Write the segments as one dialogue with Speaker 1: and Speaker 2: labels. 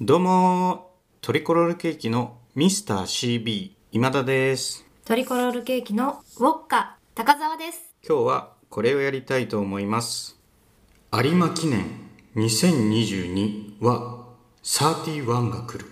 Speaker 1: どうもトリコロールケーキのミスター CB 今田です
Speaker 2: トリコロールケーキのウォッカ高澤です。
Speaker 1: 今日はこれをやりたいと思います有馬記念2022は31が来る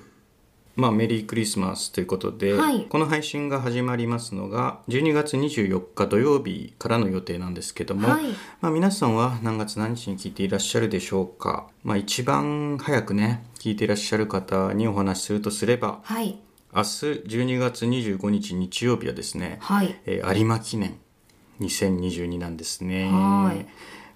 Speaker 1: まあメリークリスマスということで、
Speaker 2: はい
Speaker 1: この配信が始まりますのが12月24日土曜日からの予定なんですけども、
Speaker 2: はい
Speaker 1: まあ、皆さんは何月何日に聞いていらっしゃるでしょうか、まあ、一番早くね聞いていらっしゃる方にお話しするとすれば
Speaker 2: はい
Speaker 1: 明日12月25日日曜日はですね、
Speaker 2: はい
Speaker 1: えー有馬記念2022なんですね。
Speaker 2: はい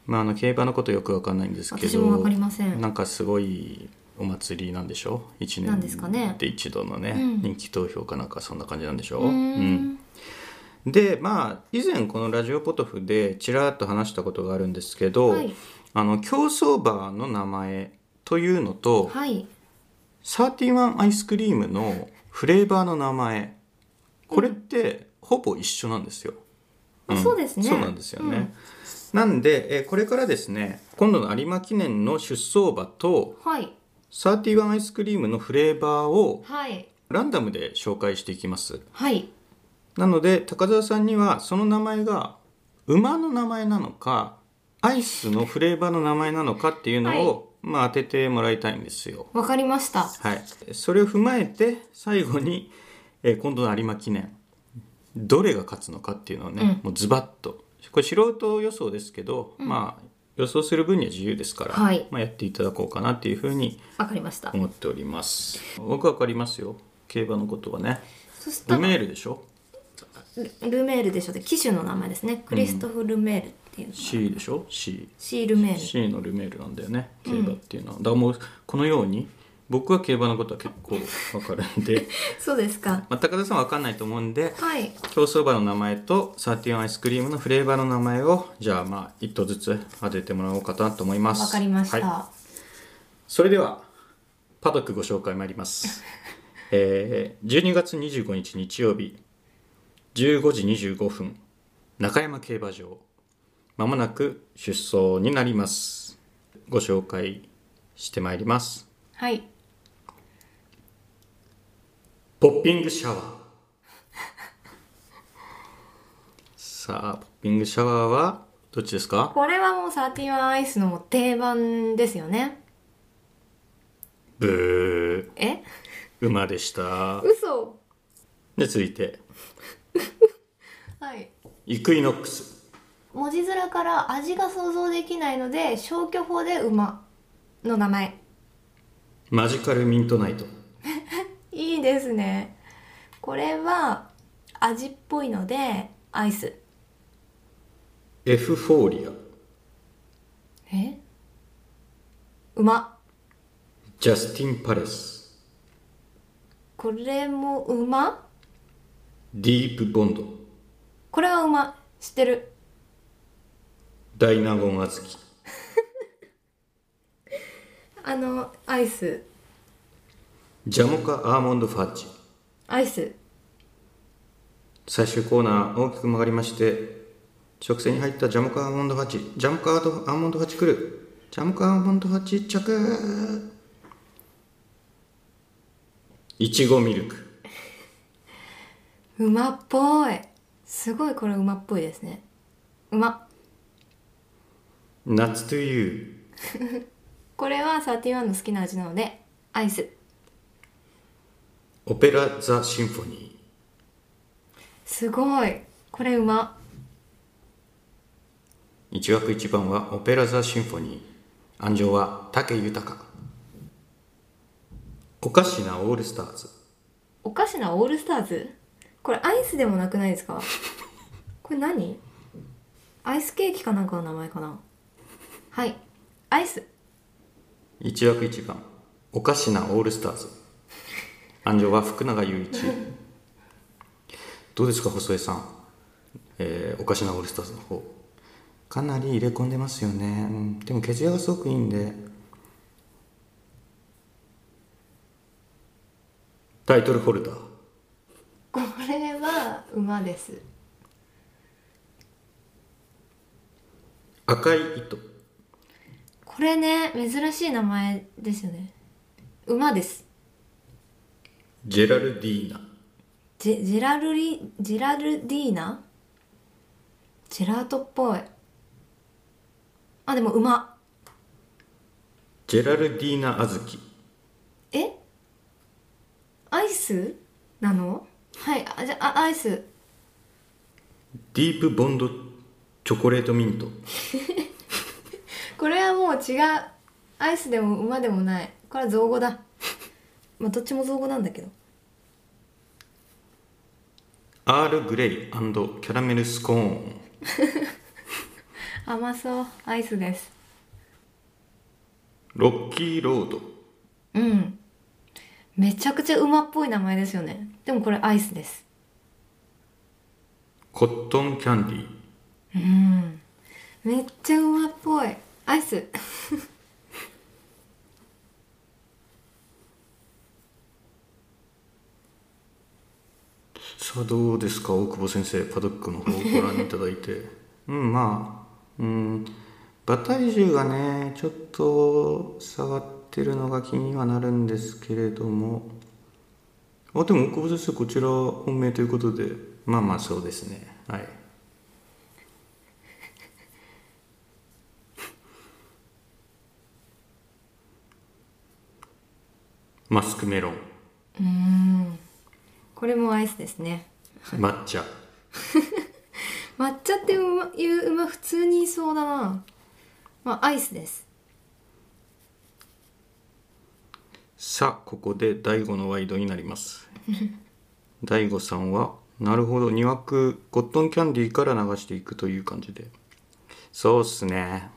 Speaker 1: まあ、あの競馬のことよくわかんないんですけど
Speaker 2: 私もわかりません
Speaker 1: なんかすごいお祭りなんでしょ1
Speaker 2: なんですかね
Speaker 1: 年で一度のね
Speaker 2: うん
Speaker 1: 人気投票かなんかそんな感じなんでしょ
Speaker 2: うーん
Speaker 1: うんでまあ以前この「ラジオポトフ」でちらっと話したことがあるんですけど、
Speaker 2: はい
Speaker 1: あの競走馬の名前というのと、
Speaker 2: はい
Speaker 1: サーティワンアイスクリームのフレーバーの名前これってほぼ一緒なんですよ、
Speaker 2: あ
Speaker 1: ん
Speaker 2: そうですね
Speaker 1: そうなんですよね、なんで、えーこれからですね今度の有馬記念の出走馬と
Speaker 2: はい
Speaker 1: サーティワンアイスクリームのフレーバーを
Speaker 2: はい
Speaker 1: ランダムで紹介していきます
Speaker 2: はい
Speaker 1: なので高澤さんにはその名前が馬の名前なのかアイスのフレーバーの名前なのかっていうのを、まあ、当ててもらいたいんですよ
Speaker 2: わかりました。
Speaker 1: はい、それを踏まえて最後に、えー今度の有馬記念どれが勝つのかっていうのをね、
Speaker 2: うん
Speaker 1: もうズバッとこれ素人予想ですけど、まあ予想する分には自由ですから、
Speaker 2: はい
Speaker 1: まあ、やっていただこうかなっていうふうに
Speaker 2: わかりました。
Speaker 1: 思っております僕は分かりますよ競馬のことはね
Speaker 2: そした
Speaker 1: ル
Speaker 2: ら
Speaker 1: メー
Speaker 2: ル
Speaker 1: ルでしょ
Speaker 2: ルメールでしょって機種の名前ですね。クリストフルメールっていうの、
Speaker 1: C でしょ C
Speaker 2: シールメー
Speaker 1: C のルメールなんだよね競馬っていうのは、だからもうこのように僕は競馬のことは結構分かるん で、
Speaker 2: ル。そうですか。
Speaker 1: まあ、高田さんは分かんないと思うんで
Speaker 2: はい
Speaker 1: 競走馬の名前とサーティワンアイスクリームのフレーバーの名前をじゃあまあ一頭ずつ当ててもらおうかなと思います
Speaker 2: わかりました。
Speaker 1: はい
Speaker 2: は
Speaker 1: それではパドックご紹介参ります えー、12月25日日曜日15時25分中山競馬場まもなく出走になりますご紹介してまいります
Speaker 2: い、
Speaker 1: ポッピングシャワーさあポッピングシャワーはどっちですか
Speaker 2: これはもうサーティワンアイスのもう定番ですよね。
Speaker 1: ブ
Speaker 2: え？
Speaker 1: ー馬でした
Speaker 2: 嘘。
Speaker 1: で続いて
Speaker 2: はい。
Speaker 1: イクイノックス
Speaker 2: 文字面から味が想像できないので消去法で馬の名前
Speaker 1: マジカルミントナイト
Speaker 2: いいですねこれは味っぽいのでアイス
Speaker 1: エフフォーリア
Speaker 2: え馬
Speaker 1: ジャスティン・パレス
Speaker 2: これも馬
Speaker 1: ディープ・ボンド
Speaker 2: これは馬知ってる
Speaker 1: ダイナゴン・アズキ
Speaker 2: あのアイス
Speaker 1: ジャモカ・アーモンド・ファッジ
Speaker 2: アイス
Speaker 1: 最終コーナー大きく曲がりまして直線に入ったジャムカーアーモンド8ジャムカーアーモンド8来るジャムカーアーモンド8着いちごミルク
Speaker 2: 馬っぽいすごいこれ馬っぽいですね馬
Speaker 1: ナッツトゥユ
Speaker 2: これはサーティワンの好きな味なのでアイス
Speaker 1: ーオペラザシンフォニ
Speaker 2: すごいこれ馬
Speaker 1: ー一枠一番はオペラザシンフォニー安城は武豊おかしなオールスターズ
Speaker 2: おかしなオールスターズこれアイスでもなくないです かこれ何アイスケーキかなんかの名前かなはいアイス
Speaker 1: 一枠一番おかしなオールスターズ安城は福永雄一どうですか細江さん、えーおかしなオールスターズの方かなり入れ込んでますよね、うんでも毛艶がすごくいいんでタイトルホルダー
Speaker 2: これは馬です
Speaker 1: 赤い糸
Speaker 2: これね珍しい名前ですよね馬です
Speaker 1: ジェラルディーナ
Speaker 2: ジェジェラルリジェラルディーナジェラートっぽいあでも馬
Speaker 1: ジェラルディーナ小豆
Speaker 2: えアイスなのはいあじゃああアイス
Speaker 1: ディープボンドチョコレートミント
Speaker 2: これはもう違うアイスでも馬でもないこれは造語 だまあどっちも造語なんだけど
Speaker 1: アールグレイキャラメルスコーン
Speaker 2: 甘そうアイスです
Speaker 1: ロッキーロード
Speaker 2: うんめちゃくちゃ馬っぽい名前ですよねでもこれアイスです
Speaker 1: コットンキャンディー
Speaker 2: うんめっちゃ馬っぽいアイス
Speaker 1: さあどうですか大久保先生パドックの方をご覧いただいて うんまあうん馬体重がねちょっと下がってるのが気にはなるんですけれどもあでも大久保先生こちら本命ということでまあまあそうですねはい マスクメロン
Speaker 2: うんこれもアイスですね
Speaker 1: 抹茶
Speaker 2: 抹茶っていう馬普通にいそうだなまあアイスです
Speaker 1: さあここで大悟のワイドになります大悟さんはなるほど2枠コットンキャンディーから流していくという感じでそうっすね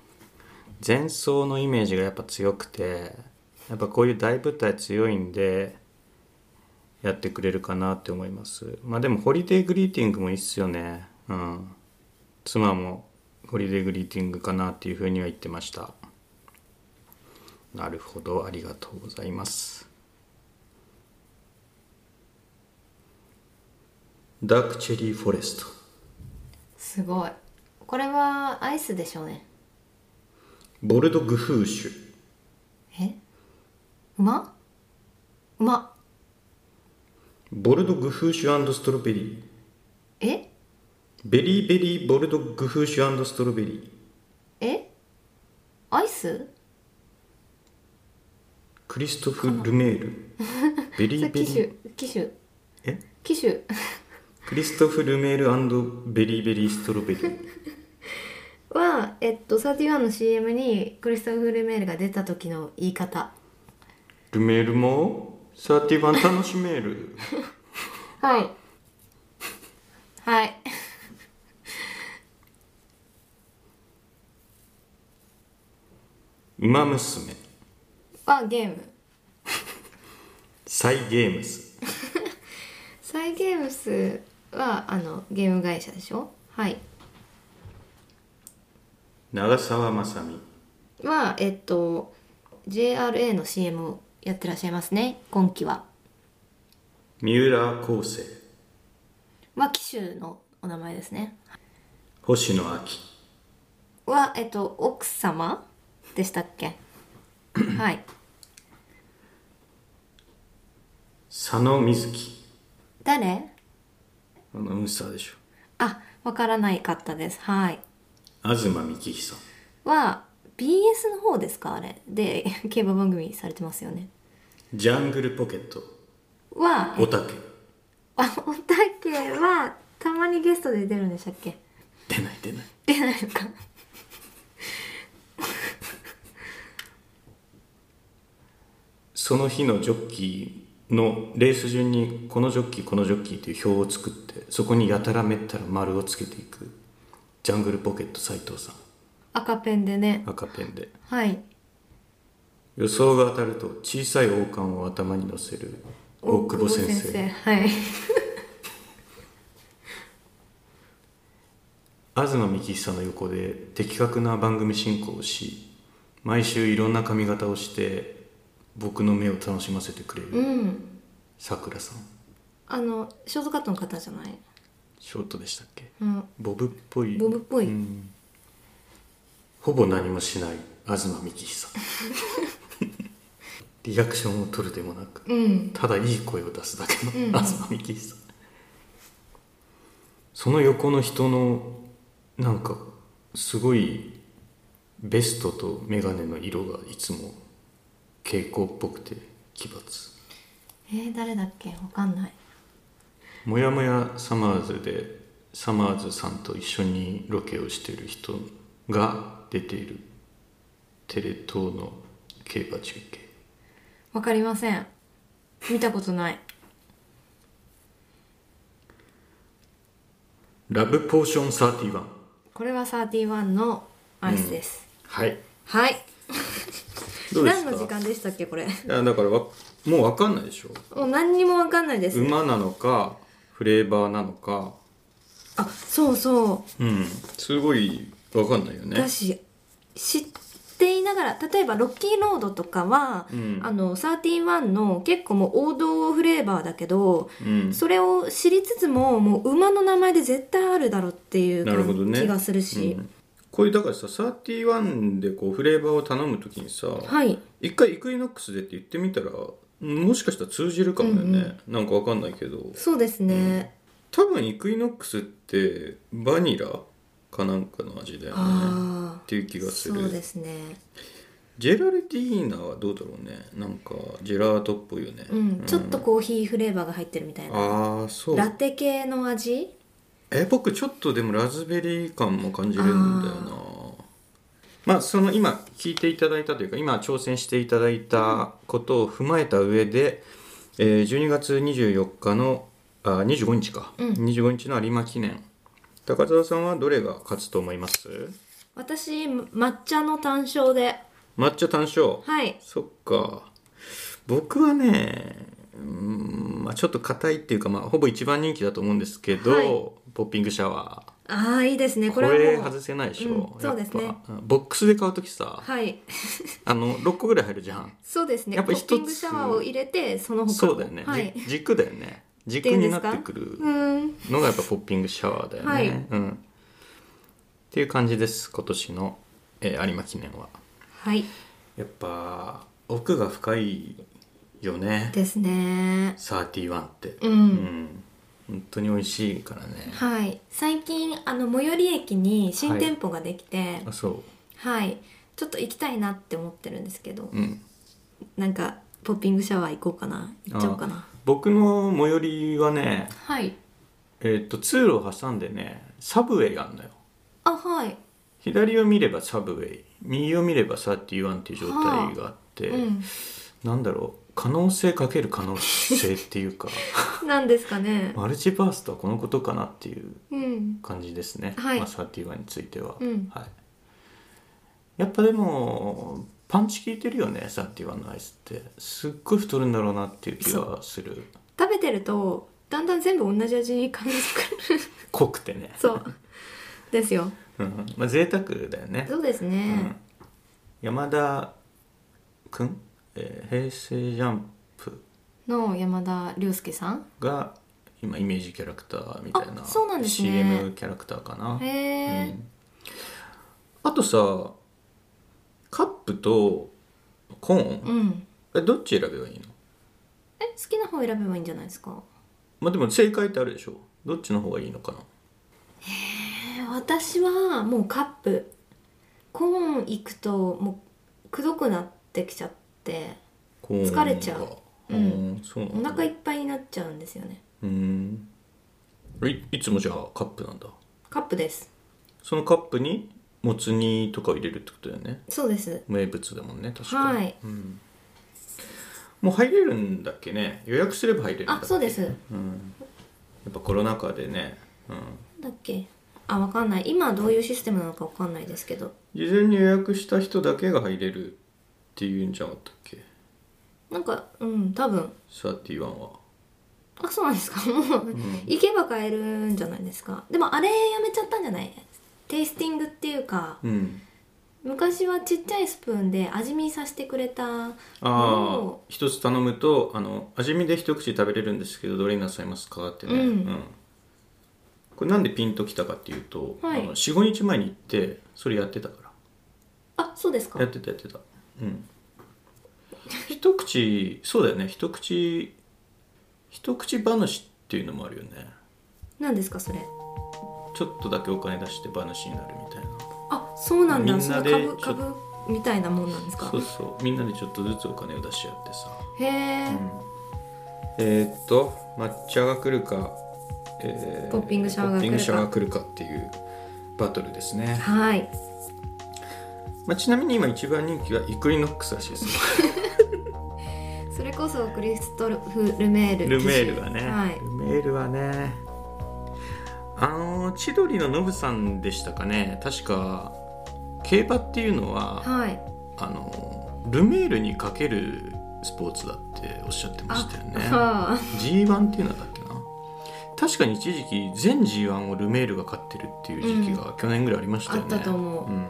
Speaker 1: 前奏のイメージがやっぱ強くてやっぱこういう大舞台強いんでやってくれるかなって思いますまあでもホリデーグリーティングもいいっすよねうん妻もホリデーグリーティングかなっていうふうには言ってましたなるほど、ありがとうございます。ダークチェリーフォレスト。
Speaker 2: すごいこれはアイスでしょうね
Speaker 1: ボルドグフーシュ。
Speaker 2: え馬馬
Speaker 1: ボルドグフーシュストロベリー。
Speaker 2: え
Speaker 1: ベリーベリーボルドグフーシュストロベリー。
Speaker 2: えアイス
Speaker 1: クリストフ・ルメール。ベ
Speaker 2: そ
Speaker 1: リ
Speaker 2: れ
Speaker 1: ーベ
Speaker 2: 機
Speaker 1: リ
Speaker 2: 種
Speaker 1: ー。
Speaker 2: 機種
Speaker 1: え
Speaker 2: 機種
Speaker 1: クリストフ・ルメールベリーベリーストロベリー。
Speaker 2: はえっと31の CM にクリストフ・ルメールが出た時の言い方
Speaker 1: ルメールも31楽しめる。
Speaker 2: はいはい
Speaker 1: ウマ娘。
Speaker 2: はゲーム
Speaker 1: サイ・ゲームス。
Speaker 2: サイ・ゲームスはあのゲーム会社でしょはい
Speaker 1: 長澤まさみ
Speaker 2: はえっと JRA の CM をやってらっしゃいますね今期は
Speaker 1: 三浦康生
Speaker 2: は機種のお名前ですね
Speaker 1: 星野亜紀
Speaker 2: はえっと奥様でしたっ けはい
Speaker 1: 佐野瑞希
Speaker 2: 誰
Speaker 1: アナウンサーでしょ
Speaker 2: あわからないかったですはい
Speaker 1: 東幹久
Speaker 2: は BS の方ですかあれで 競馬番組されてますよね
Speaker 1: ジャングルポケット
Speaker 2: は
Speaker 1: おたけ
Speaker 2: あおたけはたまにゲストで出るんでしたっけ
Speaker 1: 出ない出ない
Speaker 2: 出ないのか
Speaker 1: その日のジョッキーのレース順にこのジョッキーこのジョッキーという表を作ってそこにやたらめったら丸をつけていくジャングルポケット斉藤さん
Speaker 2: 赤ペンでね
Speaker 1: 赤ペンで
Speaker 2: はい
Speaker 1: 予想が当たると小さい王冠を頭に乗せる大久保先生
Speaker 2: 大久保はい
Speaker 1: 東幹久の横で的確な番組進行をし毎週いろんな髪型をして僕の目を楽しませてくれ
Speaker 2: う
Speaker 1: る
Speaker 2: ん
Speaker 1: さくらさん
Speaker 2: あのショートカットの方じゃない、
Speaker 1: ショートでしたっけ
Speaker 2: うん、
Speaker 1: ボブっぽい
Speaker 2: ボブっぽい
Speaker 1: うん ほぼ何もしない東幹久リアクションを取るでもなく
Speaker 2: うん
Speaker 1: ただいい声を出すだけの
Speaker 2: うん
Speaker 1: 東幹久、その横の人のなんかすごいベストと眼鏡の色がいつも蛍光っぽくて奇抜
Speaker 2: えー、誰だっけわかんない
Speaker 1: もやもやサマーズでサマーズさんと一緒にロケをしてる人が出ているテレ東の競馬中継
Speaker 2: わかりません見たことない
Speaker 1: ラブポーション31
Speaker 2: これは31のアイスです、
Speaker 1: はい
Speaker 2: はい
Speaker 1: どうです
Speaker 2: 何
Speaker 1: か
Speaker 2: の時間でしたっけこれ
Speaker 1: いやだからわもう分かんないでしょ
Speaker 2: もう何にもわかんないです、
Speaker 1: 馬なのかフレーバーなのか
Speaker 2: あそうそう
Speaker 1: うんすごい分かんないよね
Speaker 2: だし知っていながら例えばロッキーロードとかは、
Speaker 1: うん
Speaker 2: あの31の結構もう王道フレーバーだけど、
Speaker 1: うん
Speaker 2: それを知りつつももう馬の名前で絶対あるだろうっていう
Speaker 1: なるほどね
Speaker 2: 気がするし
Speaker 1: うんこういうだからさ31でこうフレーバーを頼むときにさ、
Speaker 2: はい
Speaker 1: 一回イクイノックスでって言ってみたらもしかしたら通じるかもよね、なんか分かんないけど
Speaker 2: そうですね、
Speaker 1: 多分イクイノックスってバニラかなんかの味だよね
Speaker 2: あ
Speaker 1: っていう気
Speaker 2: あ
Speaker 1: がする
Speaker 2: そうですね
Speaker 1: ジェラルディーナはどうだろうねなんかジェラートっぽいよね、
Speaker 2: うん、ちょっとコーヒーフレーバーが入ってるみたいな
Speaker 1: ああそう
Speaker 2: ラテ系の味
Speaker 1: え僕ちょっとでもラズベリー感も感じるんだよなまあその今聞いていただいたというか今挑戦していただいたことを踏まえた上で、えー12月24日のあ25日か、
Speaker 2: うん
Speaker 1: 25日の有馬記念高澤さんはどれが勝つと思います
Speaker 2: 私抹茶の単勝で
Speaker 1: 抹茶単勝
Speaker 2: はい
Speaker 1: そっか僕はねうーん、まあ、ちょっと硬いっていうか、まあ、ほぼ一番人気だと思うんですけど、
Speaker 2: はい
Speaker 1: ポッピングシャワー
Speaker 2: ああいいですね
Speaker 1: こ
Speaker 2: これ
Speaker 1: れ
Speaker 2: はもう
Speaker 1: 外せないでしょ、
Speaker 2: うんそうですね
Speaker 1: やっぱボックスで買う時さ
Speaker 2: はい
Speaker 1: あの6個ぐらい入るじゃん
Speaker 2: そうですね。
Speaker 1: やっぱ
Speaker 2: ポ
Speaker 1: 一つ
Speaker 2: ッピングシャワーを入れてその他も
Speaker 1: そうだよね、
Speaker 2: はい。
Speaker 1: じ軸だよね軸
Speaker 2: いうんで
Speaker 1: に
Speaker 2: す
Speaker 1: な
Speaker 2: か
Speaker 1: ってくる
Speaker 2: うん。
Speaker 1: のがやっぱポッピングシャワーだよね、
Speaker 2: はい
Speaker 1: うん、っていう感じです今年の、えー有馬記念は
Speaker 2: はい。
Speaker 1: やっぱ奥が深いよね
Speaker 2: ですね。
Speaker 1: 31って
Speaker 2: うん。
Speaker 1: うん本当に美味しいからね、
Speaker 2: はい。最近あの最寄り駅に新店舗ができて、はい、
Speaker 1: あそ
Speaker 2: ちょっと行きたいなって思ってるんですけど、
Speaker 1: ううん
Speaker 2: なんかポッピングシャワー行こうかな、行っちゃおうかな。
Speaker 1: 僕の最寄りはね
Speaker 2: はい。
Speaker 1: えっと通路を挟んでねサブウェイがあんのよ
Speaker 2: あはい。
Speaker 1: 左を見ればサブウェイ右を見れば31っていう状態があって、
Speaker 2: うん。
Speaker 1: なんだろう可能性かける可能性っていう か
Speaker 2: なんですかね。
Speaker 1: マルチバースとはこのことかなっていう
Speaker 2: うん。
Speaker 1: 感じですね、
Speaker 2: はい
Speaker 1: まあ、31については、
Speaker 2: うん
Speaker 1: はい、やっぱでもパンチ効いてるよね31のアイスってすっごい太るんだろうなっていう気がする
Speaker 2: 食べてるとだんだん全部同じ味に感じてくる。
Speaker 1: 濃くてね
Speaker 2: そう。ですよ。
Speaker 1: うん、まあ贅沢だよね、
Speaker 2: そうです
Speaker 1: う
Speaker 2: ね
Speaker 1: ん。、山田くん、えー平成ジャンプ
Speaker 2: の山田涼介さん。
Speaker 1: が今イメージキャラクターみたいな
Speaker 2: あそうなんですね
Speaker 1: CM キャラクターかな、
Speaker 2: へ
Speaker 1: う
Speaker 2: え。
Speaker 1: んあとさカップとコーン、
Speaker 2: うん。
Speaker 1: えどっち選べばいいの
Speaker 2: え好きな方選べばいいんじゃないですか
Speaker 1: まあでも正解ってあるでしょどっちの方がいいのかな
Speaker 2: え私はもうカップコーン行くともうくどくなってきちゃって
Speaker 1: コーン
Speaker 2: 疲れちゃう
Speaker 1: う
Speaker 2: うんん、
Speaker 1: そうな
Speaker 2: お
Speaker 1: んだ
Speaker 2: 腹いっぱいになっちゃうんですよね
Speaker 1: うんいいつもじゃあカップなんだ
Speaker 2: カップです
Speaker 1: そのカップにもつ煮とかを入れるってことだよね
Speaker 2: そうです
Speaker 1: 名物だもんね確かに、
Speaker 2: はい
Speaker 1: うん、もう入れるんだっけね予約すれば入れるんだっ
Speaker 2: あ
Speaker 1: け
Speaker 2: そうですなん
Speaker 1: うん、やっぱコロナ禍でね、うん、
Speaker 2: だっけあわかんない今どういうシステムなのかわかんないですけど
Speaker 1: 事前に予約した人だけが入れるっていうんじゃなかったっけ
Speaker 2: なんかうん多分
Speaker 1: 31は
Speaker 2: あそうなんですかもう、行けば買えるんじゃないですかでもあれやめちゃったんじゃないテイスティングっていうか
Speaker 1: うん
Speaker 2: 昔はちっちゃいスプーンで味見させてくれた
Speaker 1: ああ
Speaker 2: お
Speaker 1: 一つ頼むとあの味見で一口食べれるんですけどどれになさいますかってね、
Speaker 2: うん
Speaker 1: これなんでピンときたかっていうと、
Speaker 2: はい
Speaker 1: あの45日前に行ってそれやってたか
Speaker 2: あそうですから
Speaker 1: やってたやってたうん一口そうだよね一口一口話っていうのもあるよね
Speaker 2: 何ですかそれ
Speaker 1: ちょっとだけお金出して話になるみたいな
Speaker 2: あそうなんだ
Speaker 1: みん
Speaker 2: そ
Speaker 1: な
Speaker 2: の
Speaker 1: で
Speaker 2: 株
Speaker 1: ちょっ
Speaker 2: 株みたいなもんなんですか
Speaker 1: そうそうみんなでちょっとずつお金を出し合ってさ、
Speaker 2: へ
Speaker 1: え
Speaker 2: え、
Speaker 1: ーっと抹茶が来るか、え
Speaker 2: ポッピングシャワーが来
Speaker 1: ポッピ
Speaker 2: るか
Speaker 1: ングシャワーが来るかっていうバトルですね、
Speaker 2: はい
Speaker 1: まあ、ちなみに今一番人気がイクイノックスらしいですね
Speaker 2: それこそクリストフ・ルメール
Speaker 1: ルメールがね、
Speaker 2: はい
Speaker 1: ルメールはねあの千鳥のノブさんでしたかね確か競馬っていうのは、
Speaker 2: はい
Speaker 1: あのルメールにかけるスポーツだっておっしゃってましたよね
Speaker 2: はあ
Speaker 1: G1 っていうのはだっけな確かに一時期全 G1 をルメールが勝ってるっていう時期が去年ぐらいありましたよね、
Speaker 2: あったと思うん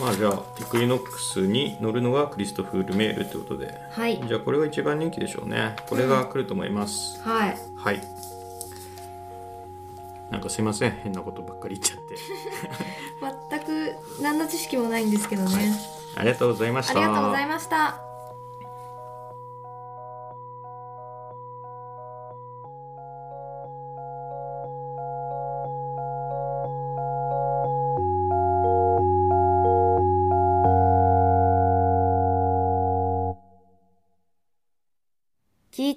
Speaker 1: まあじゃあイクイノックスに乗るのがクリストフ・ルメールってことで
Speaker 2: はい
Speaker 1: じゃあこれが一番人気でしょうねこれが来ると思います、
Speaker 2: はい
Speaker 1: はいなんかすいません変なことばっかり言っちゃって
Speaker 2: 全く何の知識もないんですけどね、
Speaker 1: ありがとうございました
Speaker 2: ありがとうございました
Speaker 3: 聞い